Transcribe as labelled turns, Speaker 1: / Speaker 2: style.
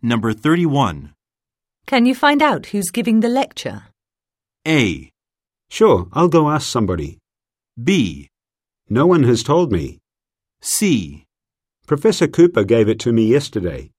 Speaker 1: Number 31.
Speaker 2: Can you find out who's giving the lecture?
Speaker 1: A.
Speaker 3: Sure, I'll go ask somebody.
Speaker 1: B.
Speaker 3: No one has told me.
Speaker 1: C.
Speaker 3: Professor Cooper gave it to me yesterday.